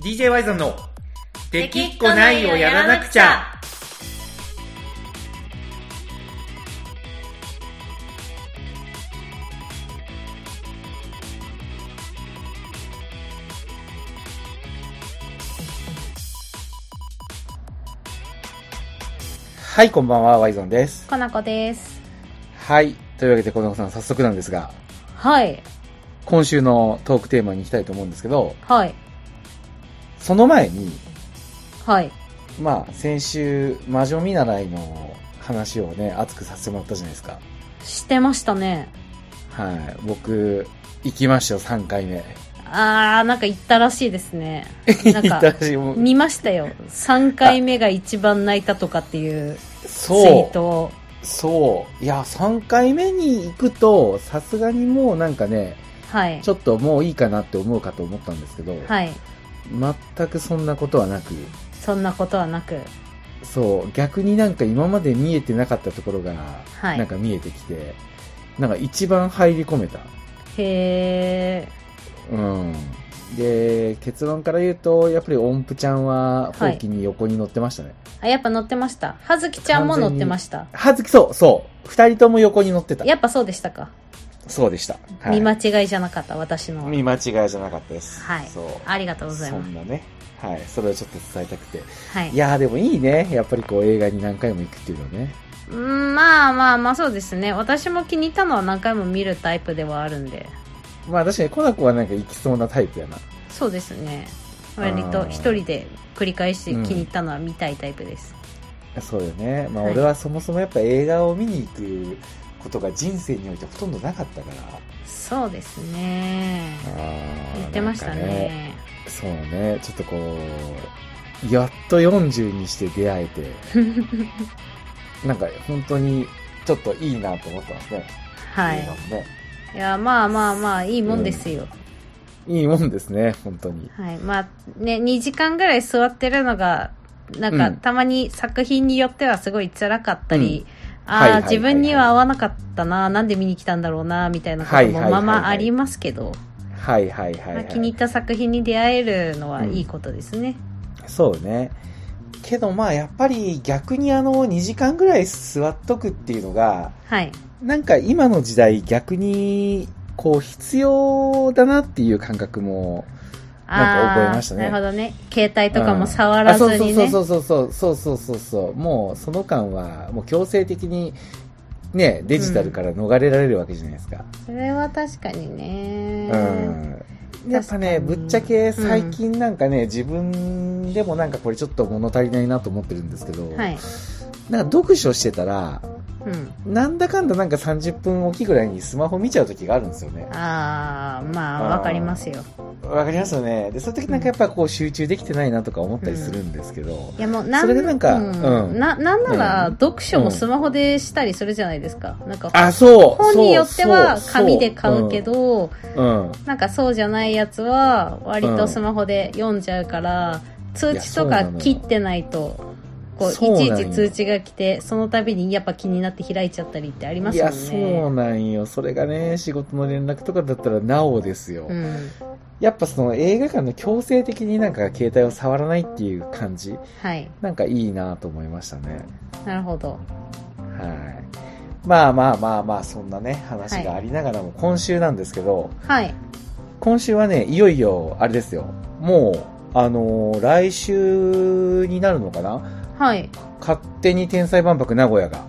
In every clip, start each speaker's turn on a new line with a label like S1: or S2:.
S1: DJ ワイザンの「できっこないをやらなくちゃ」はい、こんばんは、ワイゾンです。
S2: かなこです
S1: はい、というわけで、小野さん、早速なんですが、
S2: はい
S1: 今週のトークテーマに行きたいと思うんですけど、
S2: はい
S1: その前に、
S2: はい
S1: まあ、先週、魔女見習いの話をね、熱くさせてもらったじゃないですか。
S2: してましたね
S1: はい、僕、行きましたよ、3回目。
S2: あーなんか言ったらしいですねな ん
S1: 行っ
S2: か
S1: たし、もう
S2: 見ましたよ3回目が一番泣いたとかっていうツイ
S1: そ
S2: ートを
S1: う、そう。いや、3回目に行くと、さすがにもうなんかね、
S2: はい
S1: ちょっともういいかなって思うかと思ったんですけど、
S2: はい
S1: 全くそんなことはなく、
S2: そんなことはなく
S1: そう、逆になんか今まで見えてなかったところが、
S2: はい
S1: なんか見えてきて、なんか一番入り込めた。
S2: へ
S1: うん。で、結論から言うと、やっぱり音符ちゃんは、ほうきに横に乗ってましたね。
S2: ーあやっぱ乗ってましたはずきちゃんも乗ってました
S1: はずき、そう、そう。二人とも横に乗ってた。
S2: やっぱそうでしたか、
S1: そうでした。
S2: 見間違いじゃなかった私の
S1: 見間違いじゃなかったです。
S2: はい
S1: そう。
S2: ありがとうござい
S1: そ
S2: ます
S1: んなね。はい。それをちょっと伝えたくて。
S2: はい
S1: いやーでもいいね。やっぱりこう映画に何回も行くっていうのはね。
S2: うんまあまあまあそうですね私も気に入ったのは何回も見るタイプではあるんで
S1: まあ確かにコナコはなんか行きそうなタイプやな。
S2: そうですね
S1: あー
S2: 割と一人で繰り返して
S1: うん
S2: 気に入ったのは見たいタイプです、
S1: そうよね。まあ
S2: はい
S1: 俺はそもそもやっぱ映画を見に行くことが人生においてほとんどなかったから。
S2: そうですね
S1: あー
S2: 言ってましたね
S1: なんかそうね、ちょっとこう、やっと40にして出会え て、なんか本当にちょっといいなと思ってますね。
S2: はい
S1: 映画もね。
S2: いやまあまあまあいいもんですよ、
S1: いいもんですね、本当に。
S2: はいまあね2時間ぐらい座ってるのがなんか、
S1: うん
S2: たまに作品によってはすごい辛かったり、ああ、
S1: はいはいはいはい
S2: 自分には合わなかったななんで見に来たんだろうなみたいなこと
S1: はいはいは
S2: も
S1: いは
S2: ま
S1: い
S2: あまあありますけど、
S1: はいはいはい、はい
S2: まあ、気に入った作品に出会えるのはいいことですね、
S1: そうね。けどまあやっぱり逆にあの2時間ぐらい座っとくっていうのが、
S2: はい
S1: なんか今の時代逆にこう必要だなっていう感覚も、なんか覚えましたね
S2: あーなるほどね。携帯とかも触
S1: あ
S2: らず
S1: そう
S2: にね。
S1: そうそうそうそうそうそうそうそうもうその間はもう強制的にねデジタルから逃れられるわけじゃないですか
S2: それは確かにね。
S1: うん、やっぱね
S2: 確か
S1: ぶ
S2: に
S1: っちゃけ最近なんかね、自分でもなんかこれちょっと物足りないなと思ってるんですけど、
S2: はい。
S1: なんか読書してたら
S2: うん。
S1: なんだかんだなんか30分おきぐらいにスマホ見ちゃう時があるんですよね
S2: ああ、まあ、
S1: あー
S2: わかりますよ。
S1: わかりますよねでそういう時なんかやっぱこう集中できてないなとか思ったりするんですけど、
S2: いやもうなん
S1: それでなんか
S2: う
S1: うん
S2: ん、ななんなら
S1: うん
S2: 読書もスマホでしたりするじゃないですか。なんか
S1: あそう
S2: 本によっては
S1: そうそう
S2: 紙で買うけ
S1: ん
S2: ど、
S1: うん
S2: なんかそうじゃないやつは割
S1: う
S2: と
S1: ん
S2: スマホで読んじゃうから、通知
S1: そう
S2: と
S1: な
S2: か
S1: のよ
S2: 切ってないと、こう、い
S1: そうな
S2: ち
S1: ん
S2: い
S1: よ
S2: ち通知が来て、その度にやっぱ気になって開いちゃったりってありま
S1: い
S2: すも
S1: や、
S2: んね。
S1: そうなんよ。それがね、仕事の連絡とかだったらなおですよ。
S2: うん。
S1: やっぱその映画館の強制的になんか携帯を触らないっていう感じ、
S2: はい。
S1: なんかいいなと思いましたね。
S2: なるほど。
S1: はい。まあまあまあまあ、そんなね、話がありながらも、今週なんですけど、
S2: はい。
S1: 今週はね、いよいよ、あれですよ。もう、あのー来週になるのかな
S2: はい。
S1: 勝手に天才万博名古屋 が。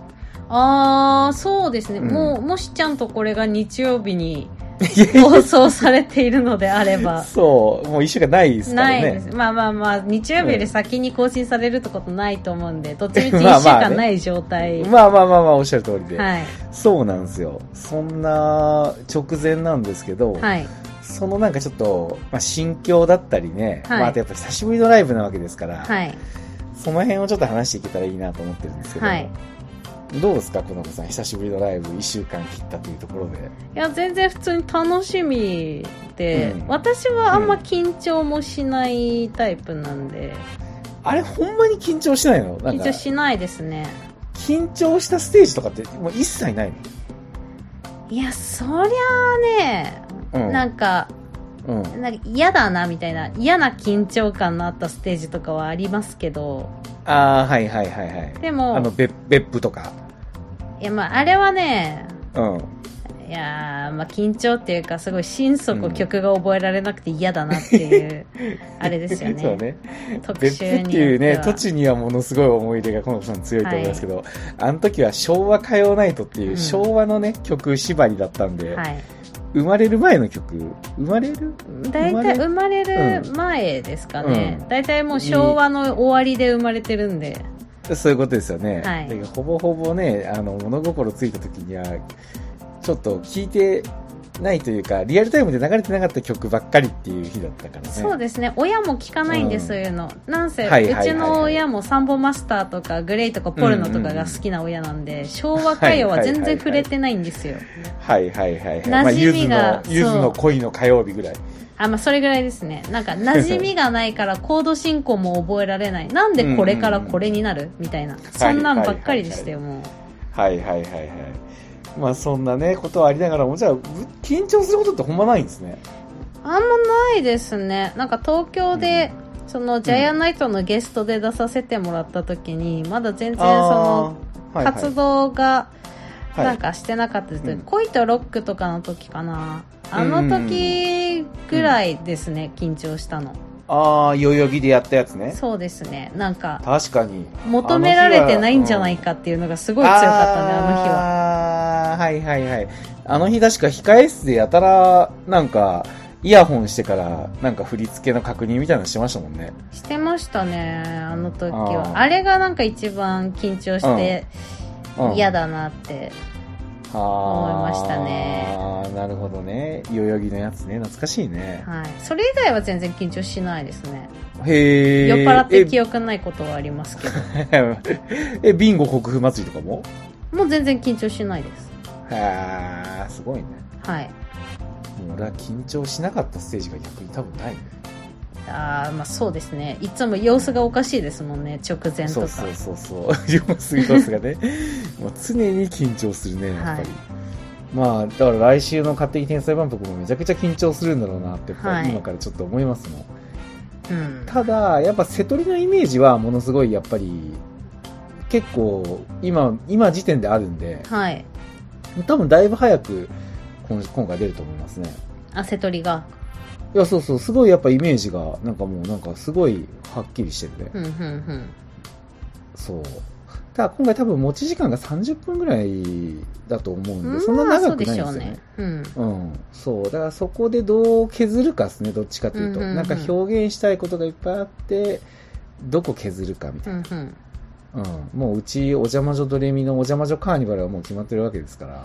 S2: あー、そうですね。
S1: うん
S2: もう、もしちゃんとこれが日曜日に
S1: いやい
S2: 放送されているのであれ
S1: や
S2: ば。
S1: そう、もう一週間ないですから
S2: な
S1: ね。
S2: いです。まあまあまあ、日曜日より先に更新されるってことないと思う んで、どっちみち1週
S1: まあまあね
S2: 間ない状態。
S1: まあまあまあまあ、おっしゃる通りで。
S2: はい。
S1: そうなんですよ。そんな直前なんですけど、
S2: はい。
S1: そのなんかちょっと、まあ、心境だったりね、
S2: はい
S1: まあ、あとやっぱ久しぶりのライブなわけですから、
S2: はい。
S1: その辺をちょっと話していけたらいいなと思ってるんですけど、
S2: はい。
S1: どうですか、この子さん、久しぶりのライブ1週間切ったというところで。
S2: いや、全然普通に楽しみで、
S1: うん
S2: 私はあんま緊張もしないタイプなんで、
S1: あれ、ほんまに緊張しないのなん
S2: 緊
S1: か
S2: 張しないですね。
S1: 緊張したステージとかってもう一切ないの
S2: いや、そりゃあね、
S1: うん
S2: なんか、
S1: うん。
S2: なんか嫌だなみたいな嫌な緊張感のあったステージとかはありますけど
S1: ああ、はいはいはいはい。
S2: で
S1: あの、
S2: も
S1: 別、別府とか。
S2: いやまああれはね
S1: うん。
S2: いやーまあ緊張っていうかすごい心底曲が覚えられなくて嫌だなっ ていう、あれですよね
S1: そうね。
S2: 特
S1: 別府
S2: 集
S1: っ
S2: に
S1: ていうね、
S2: よ
S1: 土
S2: って
S1: 地にはものすごい思い出が、このさん強いと思いますけど、あの時は昭和歌謡ナイトっていううん昭和のね、曲縛りだったんで、
S2: ははい
S1: 生まれる前の曲、生まれる
S2: 大
S1: 生まれ
S2: 体生まれる前ですかね、
S1: うん
S2: 大体もう昭和の終わりで生まれてるんで、
S1: そういうことですよね。
S2: はい
S1: だからほぼほぼね、あの、物心ついた時には、ちょっと聞いてないというか、リアルタイムで流れてなかった曲ばっかりっていう日だったからね。
S2: そうですね親も聞かないんで
S1: うん
S2: す、そういうのなんせ、
S1: はいはいはいはいう
S2: ちの親もサンボマスターとかグレイとかポルノとかが好きな親なんで、昭和歌謡は全然触れてないんですよ、
S1: はいはいはいはい。
S2: 馴染みが
S1: ゆずの、ゆず
S2: そう
S1: の恋の火曜日ぐらい。
S2: あまあそれぐらいですねなんか馴染みがない からコード進行も覚えられないなんでこれからこれになるみたいなそんなんばっかりでしたよもう
S1: はいはいはいはい。まあそんなね、ことはありながらも、じゃあ、ぶ緊張することってほんまないんですね。
S2: あんまないですね。なんか東京で、そのジャイアンナイトのゲストで出させてもらった時に、まだ全然その
S1: あー、
S2: 活動が
S1: はいは
S2: ないんかしてなかったです、
S1: うん
S2: 恋とロックとかの時かな。あの時ぐらいですね、緊張したの。
S1: ああ、代々木でやったやつね。
S2: そうですね。なんか、
S1: 確かに。
S2: 求められてないんじゃない
S1: か。
S2: かっていうのがすごい強かったね、あの日は。
S1: ああー、はいはいはい。あの日確か控え室でやたら、なんか、イヤホンしてから、なんか振り付けの確認みたいなのしてましたもんね。
S2: してましたね、あの時
S1: あ
S2: は。
S1: ー
S2: あれがなんか一番緊張して
S1: うん
S2: 嫌だなって
S1: 思
S2: 思いましたね
S1: ああ、なるほどね。代々木のやつね。懐かしいね。
S2: はい、それ以外は全然緊張しないですね、
S1: へえ。
S2: 酔っ払って記
S1: よ。
S2: 憶ないことはありますけど
S1: え、ビンゴ国府祭りとかも
S2: もう全然緊張しないです
S1: はあ、すごいね。
S2: はい
S1: もう俺は緊張しなかったステージが逆に多分ないね。
S2: あーまあそうですねいつも様子がおかしいですもんね直前と
S1: そう
S2: か
S1: そうそうそう。 様子様子がね。 もう常に緊張するね、やっぱり。
S2: はい
S1: まあ、だから来週の勝手に天才万博もめちゃくちゃ緊張するんだろうなって、
S2: はい
S1: 今からちょっと思いますもん。
S2: うん、
S1: ただ、やっぱ瀬戸利のイメージはものすごいやっぱり、結構今、今時点であるんで、
S2: はい
S1: 多分だいぶ早く今今回出ると思いますね。
S2: 汗取りが
S1: いや、そうそう、すごいやっぱイメージが、なんかもうなんかすごいはっきりしてるね。
S2: うんうんうん
S1: そう。ただ今回多分持ち時間が30分ぐらいだと思うんで、そんな
S2: まあ
S1: 長くないんですよ
S2: そうでしょ
S1: ね。
S2: うね、
S1: うん、そうだからそこでどう削るかですねどっちかというと、
S2: うんうんうん
S1: なんか表現したいことがいっぱいあってどこ削るかみた
S2: う
S1: い
S2: ん、うんうん
S1: な、うん、もううちお邪魔女ドレミのお邪魔女カーニバルはもう決まってるわけですから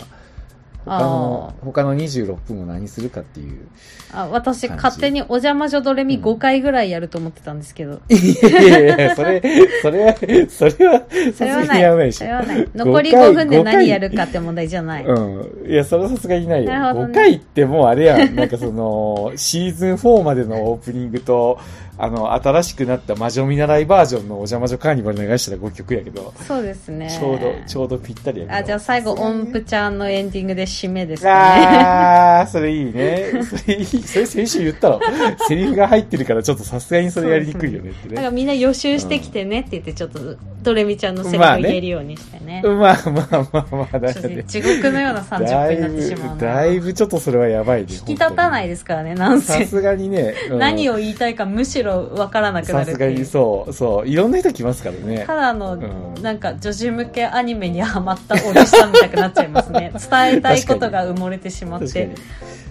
S1: 他の他の26分を何するかっていう
S2: あ私
S1: 感じ
S2: 勝手にお邪魔女ドレミ5回ぐらいやると思ってたんですけど、
S1: いやいやいやそれそれはそれは
S2: そ
S1: さす
S2: れは
S1: が
S2: な
S1: に
S2: い
S1: やらないでし
S2: そ
S1: ょ
S2: れはない残り
S1: 5
S2: 5
S1: 回
S2: 分で
S1: 5回
S2: 何やるかって問題じゃない、
S1: うん。いや、それはさすがにないよ。
S2: なるほど
S1: 5
S2: ね
S1: 回ってもうあれやん。なんかその、 シーズン4までのオープニングと、あの、新しくなった魔女見習いバージョンのお邪魔女カーニバル流したら5曲やけど、
S2: そうですね
S1: ちょうど、ちょうどぴったりやけど。
S2: あ、じゃあ最後、音符ちゃんのエンディングで締めですかね。
S1: ああ、それいいね。それいい。それ先週言ったろ。 セリフが入ってるからちょっとさすがにそれやりにくいよねって
S2: なん
S1: ね。
S2: かみんな予習してきてねって言って、ちょっと、ドレミちゃんのセリフを言えるようにしてね。
S1: まあまあまあまあ、だ
S2: ち
S1: よ
S2: ょっと
S1: ね
S2: ね地獄のような30
S1: だ
S2: 分
S1: い
S2: になってしまう
S1: ぶ、
S2: な。
S1: だいぶちょっとそれはやばいね。
S2: 引き立たない
S1: い。
S2: ですからね、なん
S1: さ
S2: せ。
S1: すがにね。うん
S2: 何を言いたいかむしろわからなくな
S1: さ
S2: る
S1: す
S2: って
S1: が
S2: い
S1: に
S2: う。
S1: そうそういろんな人来ますからね
S2: ただの、
S1: うん
S2: なんか女子向けアニメにハマったおじさんみたくなっちゃいますね。 伝えたいことが埋もれてしまっ
S1: 確か
S2: て
S1: に。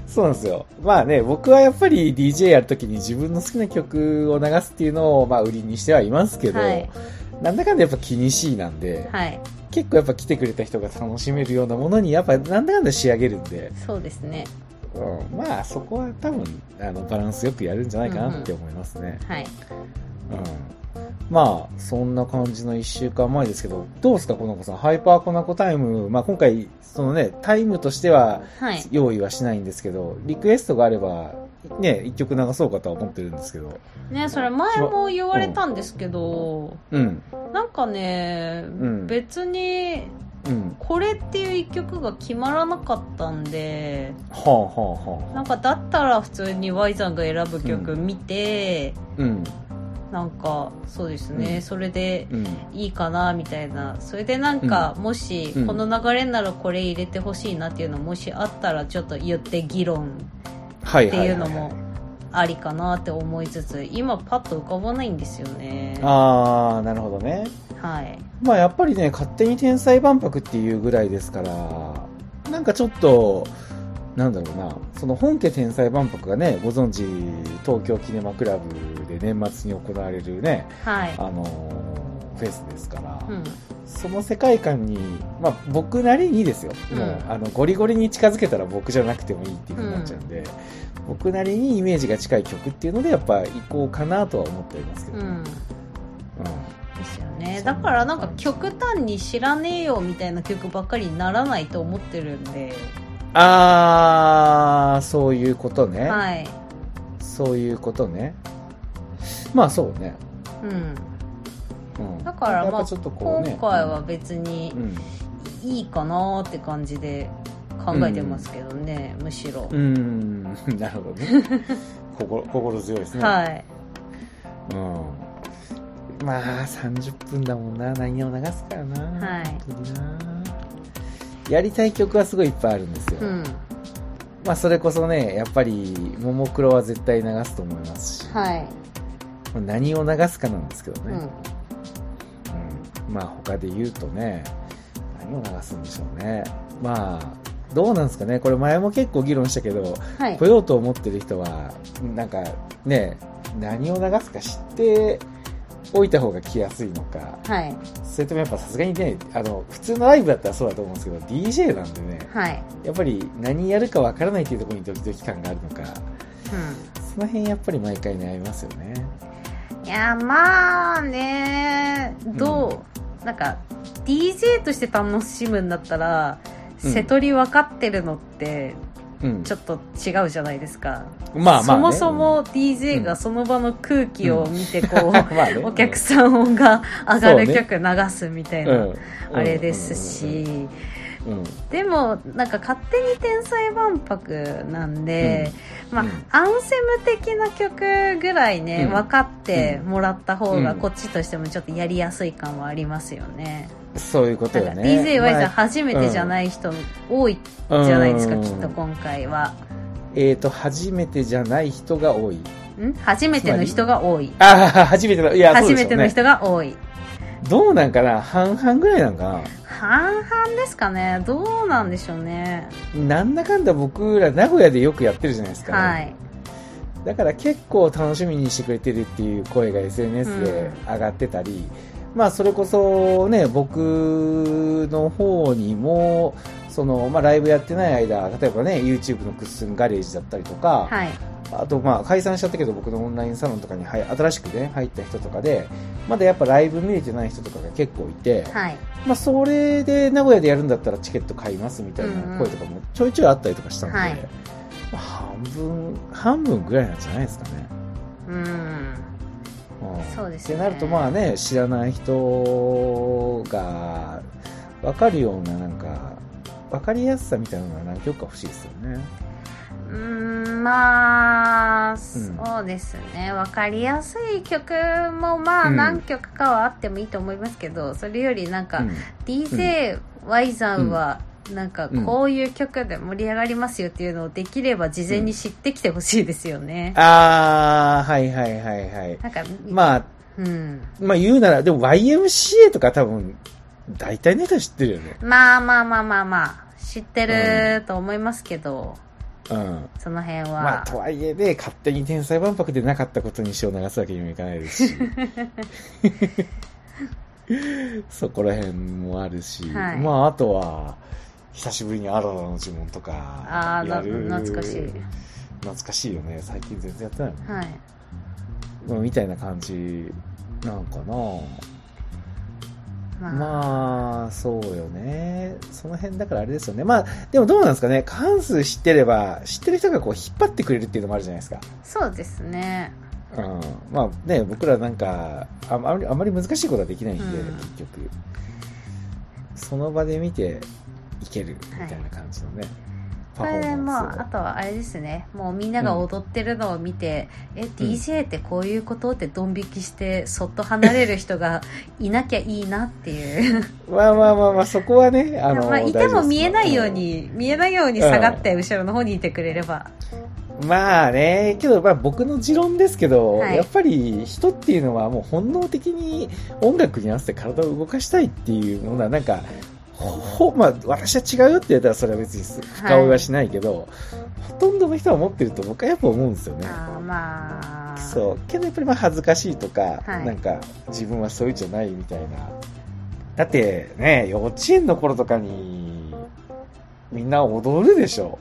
S1: そうなんですよまあね僕はやっぱり DJ やるときに自分の好きな曲を流すっていうのを、まあ、売りにしてはいますけど、
S2: はい
S1: なんだかんだやっぱ気にしいなんで、
S2: はい。
S1: 結構やっぱ来てくれた人が楽しめるようなものにやっぱなんだかんだ仕上げるんで、
S2: そうですね。
S1: うん、まあそこは多分あのバランスよくやるんじゃないかなって思いますね、
S2: は
S1: う
S2: い。
S1: んまあそんな感じの1週間前ですけどどうですかこの子さんハイパーコナコタイム、まあ、今回そのねタイムとしては
S2: はい。
S1: 用意はしないんですけど、リクエストがあれば、ね、一曲流そうかとは思ってるんですけど。
S2: ね、それ前も言われたんですけど、
S1: うん。
S2: なんかね、
S1: ん
S2: 別に
S1: うん。
S2: これっていう一曲が決まらなかったんで
S1: はあはあは
S2: なんかだったら普通に Y さんが選ぶ曲見て、
S1: あ。うん。
S2: なんかそうですね、
S1: うん
S2: それで
S1: うん。
S2: いいかなみたいなそれでなんか、もし
S1: うん
S2: この流れならこれ入れてほしいなっていうのもしあったらちょっと言って議論
S1: はい
S2: って
S1: はいはいはい。
S2: いうのもありかなって思いつつ今パッと浮かばないんですよね
S1: ああ、なるほどね。
S2: はい
S1: まあやっぱりね、勝手に天才万博っていうぐらいですから、なんかちょっと、なんだろうな、その本家天才万博がね、ご存知、東京キネマクラブで年末に行われるね、
S2: はい
S1: あのーフェスですから、
S2: うん
S1: その世界観に、まあ僕なりにですよ、
S2: うん
S1: もうあのゴリゴリに近づけたら僕じゃなくてもいいっていう風になっちゃうんで、僕なりにイメージが近い曲っていうので、やっぱ行こうかなとは思っておりますけど、
S2: う
S1: ね
S2: ん
S1: うん
S2: ですよねだからなんか極端に知らねえよみたいな曲ばっかりにならないと思ってるんで
S1: あー、そういうことね。
S2: はい
S1: そういうことね。まあそうね。
S2: うん
S1: うん、
S2: だからまあ
S1: やっぱちょっとこう
S2: 今
S1: ね、
S2: 回は別に
S1: うん、
S2: いいかなーって感じで考えてますけどね、むしろ、
S1: うん、うん なるほどね。心心強いですね。
S2: はい
S1: うん。まあ30分だもんな。内容流すからな。
S2: はい
S1: 本当にな。やりたい曲はすごいいっぱいあるんですよ。
S2: うん
S1: まあそれこそね、やっぱり、ももクロは絶対流すと思いますし、
S2: はい、
S1: 何を流すかなんですけどね。
S2: うん
S1: うん、まあ他で言うとね何を流すんでしょうねまあどうなんですかねこれ前も結構議論したけど
S2: はい
S1: 来ようと思ってる人はなんかね何を流すか知っておいた方が来やすいのか
S2: はい
S1: それともやっぱさすがにねあの普通のライブだったらそうだと思うんですけど DJ なんでね
S2: はい
S1: やっぱり何やるかわからないっていうところにドキドキ感があるのか
S2: うん
S1: その辺やっぱり毎回悩みますよね
S2: いやまあねどう、なんか DJ として楽しむんだったら、
S1: うん
S2: 瀬戸り分かってるのって
S1: うん
S2: ちょっと違うじゃないですか、
S1: まあまあ、ね、
S2: そもそも
S1: う
S2: DJ
S1: ん
S2: がその場の空気を見てこう、
S1: うん、 まあね
S2: お客さんが上がる
S1: そうね
S2: 曲流すみたいな、
S1: うん
S2: あれですし、
S1: うん
S2: でもなんか勝手に天才万博なんで、まあ、
S1: うん
S2: アンセム的な曲ぐらい
S1: う
S2: ね、
S1: ん
S2: 分かってもらった方が
S1: うん
S2: こっちとしてもちょっとやりやすい感はありますよね、
S1: そういうこと
S2: な
S1: よ
S2: んか
S1: ね
S2: DJY さん、
S1: まあ
S2: 初めてじゃない人多い
S1: うん
S2: じゃないですか、きっと今回は
S1: えっ、と初めてじゃない人が多い
S2: ん初めての人が多い
S1: ああ初めてのいや
S2: 初めての
S1: そうでしょ
S2: 人が多いう
S1: ね、どうなんかな半々ぐらいなんか
S2: 半々ですかねどうなんでしょうね
S1: ななんだかんだ僕ら名古屋でよくやってるじゃないですか、
S2: はい
S1: だから結構楽しみにしてくれてるっていう声が SNS で上がってたり、まあそれこそね僕の方にもその、まあ、ライブやってない間例えばね YouTube のクッスンガレージだったりとか、
S2: はい
S1: あとまあ解散しちゃったけど僕のオンラインサロンとかに入新しくね入った人とかでまだやっぱライブ見れてない人とかが結構いて、
S2: はい
S1: まあ、それで名古屋でやるんだったらチケット買いますみたいな声とかもちょいちょいあったりとかしたので、
S2: はい
S1: まあ半分半分ぐらいなんじゃないですかね。
S2: うん
S1: うん
S2: そうですね
S1: ってなるとまあね知らない人が分かるようななんか分かりやすさみたいなのが何曲か欲しいですよね。
S2: うーんまあ、そうですね分かりやすい曲もまあ
S1: うん
S2: 何曲かはあってもいいと思いますけど、それよりなんか、
S1: うん
S2: DJY さんはなんかこういう曲で盛り上がりますよっていうのをできれば事前に知ってきてほしいですよね、
S1: あーはいはいはいはい。
S2: なんか、
S1: まあ
S2: うん、
S1: まあ言うなら、でも YMCA とか多分、大体ネタ知ってるよね。
S2: まあまあまあまあまあ知ってると思いますけど、
S1: うん。
S2: その辺は、
S1: まあ、とはいえね、勝手に天才万博でなかったことに詩を流すわけにもいかないです し。そこら辺もあるし、
S2: はい
S1: まあ、あとは、久しぶりにアララの呪文と
S2: あ
S1: か
S2: あ、
S1: や
S2: な
S1: る。
S2: 懐かしい
S1: 懐かしいよね。最近全然やってないもんね
S2: はい
S1: うんみたいな感じなんかな
S2: まあ、
S1: まあ、そうよね。その辺だからあれですよね。まあ、でもどうなんですかね。過半数知ってれば、知ってる人がこう引っ張ってくれるっていうのもあるじゃないですか。
S2: そうですね
S1: うん。まあね、僕らなんか、ああまり、あまり難しいことはできないんで、
S2: うん
S1: 結局。その場で見ていけるみたいな感じのね、パ
S2: こ
S1: フォ
S2: れで
S1: ーマン
S2: ま
S1: ス
S2: ああとはあれですねもうみんなが踊ってるのを見て、え DJ ってこういうことってドン引きしてそっと離れる人がいなきゃいいなっていう
S1: をまあまあまあまあそこはねあの、
S2: まあ、いても見えないよう
S1: 大丈夫です
S2: に見えないように下がって後ろの方にいてくれれば、
S1: まあね、けどまあ僕の持論ですけど、
S2: はい
S1: やっぱり人っていうのはもう本能的に音楽に合わせて体を動かしたいっていうものはなんか、ほほまあ私は違うって言ったらそれは別に深追いはしないけど、ほとんどの人は持ってると僕はやっぱ思うんですよね。
S2: ああまあ
S1: そう。けどやっぱりまあ恥ずかしいとか、
S2: はい
S1: なんか自分はそういうじゃないみたいな。だってね、幼稚園の頃とかに、みんな踊るでしょ。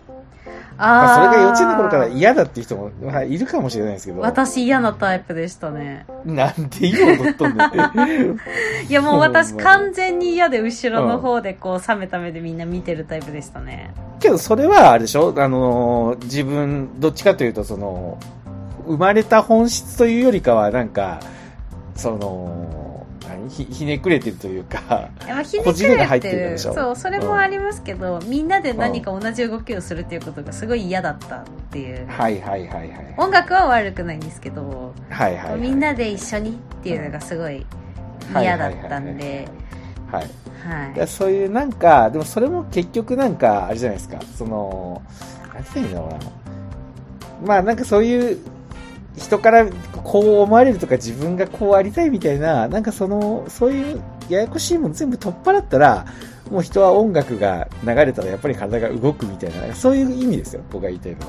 S1: まあ、それが幼稚園の頃から嫌だっていう人も、まあ、いるかもしれないですけど。
S2: 私嫌なタイプでしたね
S1: なんで今踊っとん ねんって。
S2: いやもう私
S1: ほんまに
S2: 完全に嫌で後ろの方でこう冷めた目でみんな見てるタイプでしたね、
S1: けどそれはあれでしょあのー自分、どっちかというと、その、生まれた本質というよりかは、なんか、その、何ひひねくれてるというか、
S2: いやまあひね
S1: こ
S2: く
S1: じれが入
S2: れ
S1: って
S2: て
S1: るで
S2: る
S1: しょ
S2: そうそれもありますけど、みんなで何か同じ動きをするっていうことがすごい嫌だったっていう、
S1: はいはいはいはい。
S2: 音楽は悪くないんですけど、
S1: はいはい、はい。
S2: みんなで一緒にっていうのがすごい嫌だったんで
S1: はい。
S2: はい
S1: だからそういうなんか、でもそれも結局なんか、あれじゃないですか、その、なんて言うんだろうな。まあなんかそういう、人からこう思われるとか自分がこうありたいみたいな、なんかその、そういうややこしいもの全部取っ払ったら、もう人は音楽が流れたらやっぱり体が動くみたいな、そういう意味ですよ、僕が言いたいのは。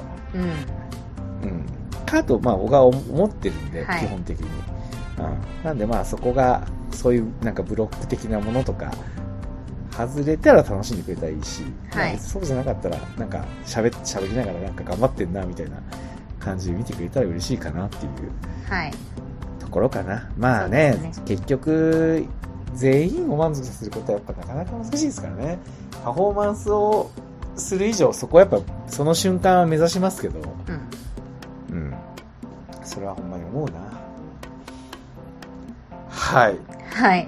S2: うん
S1: うん。かと、まあ僕は思ってるんで、
S2: はい
S1: 基本的に。うん。なんでまあそこが、そういうなんかブロック的なものとか、外れたら楽しんでくれたらいいし、
S2: はい
S1: まあそうじゃなかったら、なんか喋、喋りながらなんか頑張ってんな、みたいな感じで見てくれたら嬉しいかなっていう
S2: はい
S1: ところかな。まあね、
S2: そうです
S1: 結局、全員を満足させることはやっぱなかなか難しいですからね。パフォーマンスをする以上、そこはやっぱその瞬間は目指しますけど、
S2: うん
S1: うん。それはほんまに思うな。はい。
S2: はい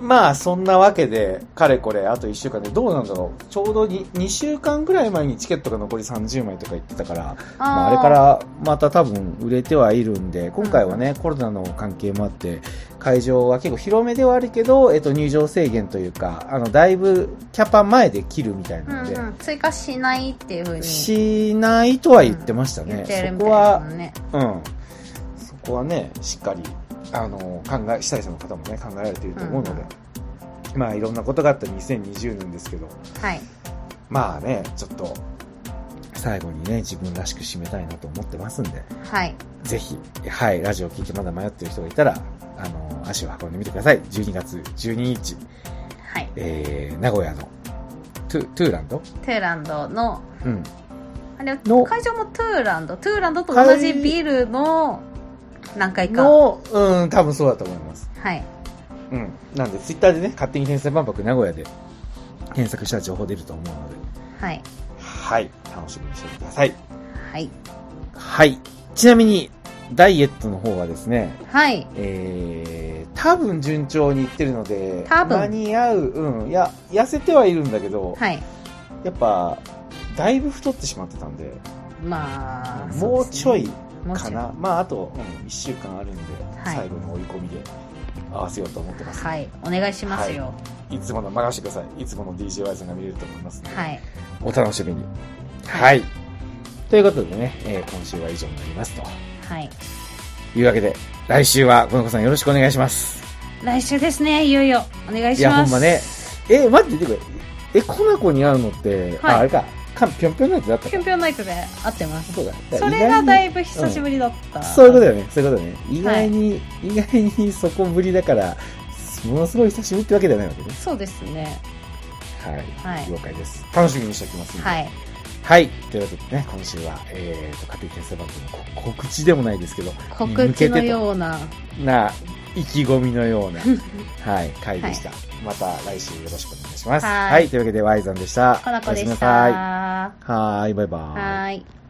S1: まあ、そんなわけで、かれこれ、あと1週間で、どうなんだろう。ちょうど 2, 2週間ぐらい前にチケットが残り30枚とか言ってたから、まあ、あれからまた多分売れてはいるんで、今回はね、コロナの関係もあって、会場は結構広めではあるけど、えっと、入場制限というか、あの、だいぶキャパ前で切るみたいなので、
S2: うんうん、追加しないっていうふうに
S1: しないとは言ってました
S2: 言
S1: ね。
S2: ってるみ
S1: そこ
S2: たい
S1: は
S2: ですもんね
S1: うん、そこはね、しっかり、あの、考え、被災者の方もね、考えられていると思うので、まあ、いろんなことがあった2020年ですけど、
S2: はい
S1: まあね、ちょっと、最後にね、自分らしく締めたいなと思ってますんで、
S2: はい
S1: ぜひ、はい、ラジオ聞いてまだ迷ってる人がいたら、あの、足を運んでみてください。12月12日、
S2: はい
S1: えー、名古屋の、トゥ、トゥーランド
S2: トゥーランドの
S1: うん。
S2: あれ
S1: の
S2: 会場もトゥーランドトゥーランドと同じビルの何階か
S1: の、うん、多分そうだと思います。
S2: はい
S1: うん。なんで、ツイッターでね、勝手に天才万博名古屋で検索したら情報出ると思うので、
S2: はい
S1: はい。楽しみにしておいてください。
S2: はい
S1: はい。ちなみに、ダイエットの方はですね、
S2: はい
S1: えー、多分順調にいってるので、
S2: 多分
S1: 間に合う、うん。いや、痩せてはいるんだけど、
S2: はい
S1: やっぱ、だいぶ太ってしまってたんで、
S2: まあ
S1: もうちょい
S2: もうちょ
S1: か
S2: い
S1: な。まあ、あと、うん、1週間あるんで、
S2: はい
S1: 最後の追い込みで合わせようと思ってます。
S2: はいお願いしますよ
S1: いつもの、任せてください。いつもの DJY さんが見れると思いますので。
S2: はい
S1: お楽しみに。はい。ということでね、えー今週は以上になりますと
S2: はい
S1: いうわけで、来週は、この子さんよろしくお願いします。
S2: 来週ですねいよいよお願い
S1: い
S2: します
S1: や、ほんまね。え、待って、てか、え、コナコに会うのって、
S2: はい
S1: あ、あれか、かぴょんぴょんのやつだった
S2: キュ
S1: か
S2: ン。ピョンナイトで会ってます
S1: そうだ。
S2: それがだい
S1: ぶ。
S2: ぶ久しぶりだった、
S1: そういうことだよね。そういうことだよね。意外に、意外にそこぶりだから、ものすごい久しぶりってわけではないわけね。
S2: そうですね
S1: はい。
S2: はい
S1: 了解です。楽しみにしておきますんで。
S2: はい
S1: はい。ということでね、今週は、えーと、家庭天才番組のこ告知でもないですけど、
S2: 告知のような
S1: な意気込みのような、はい、回でした、また来週よろしくお願いします。
S2: は
S1: はいい。というわけで、ワイザンでした。
S2: コナコで
S1: おやすみな
S2: した
S1: さ。
S2: はい
S1: はーい、バイバーイ。
S2: ーい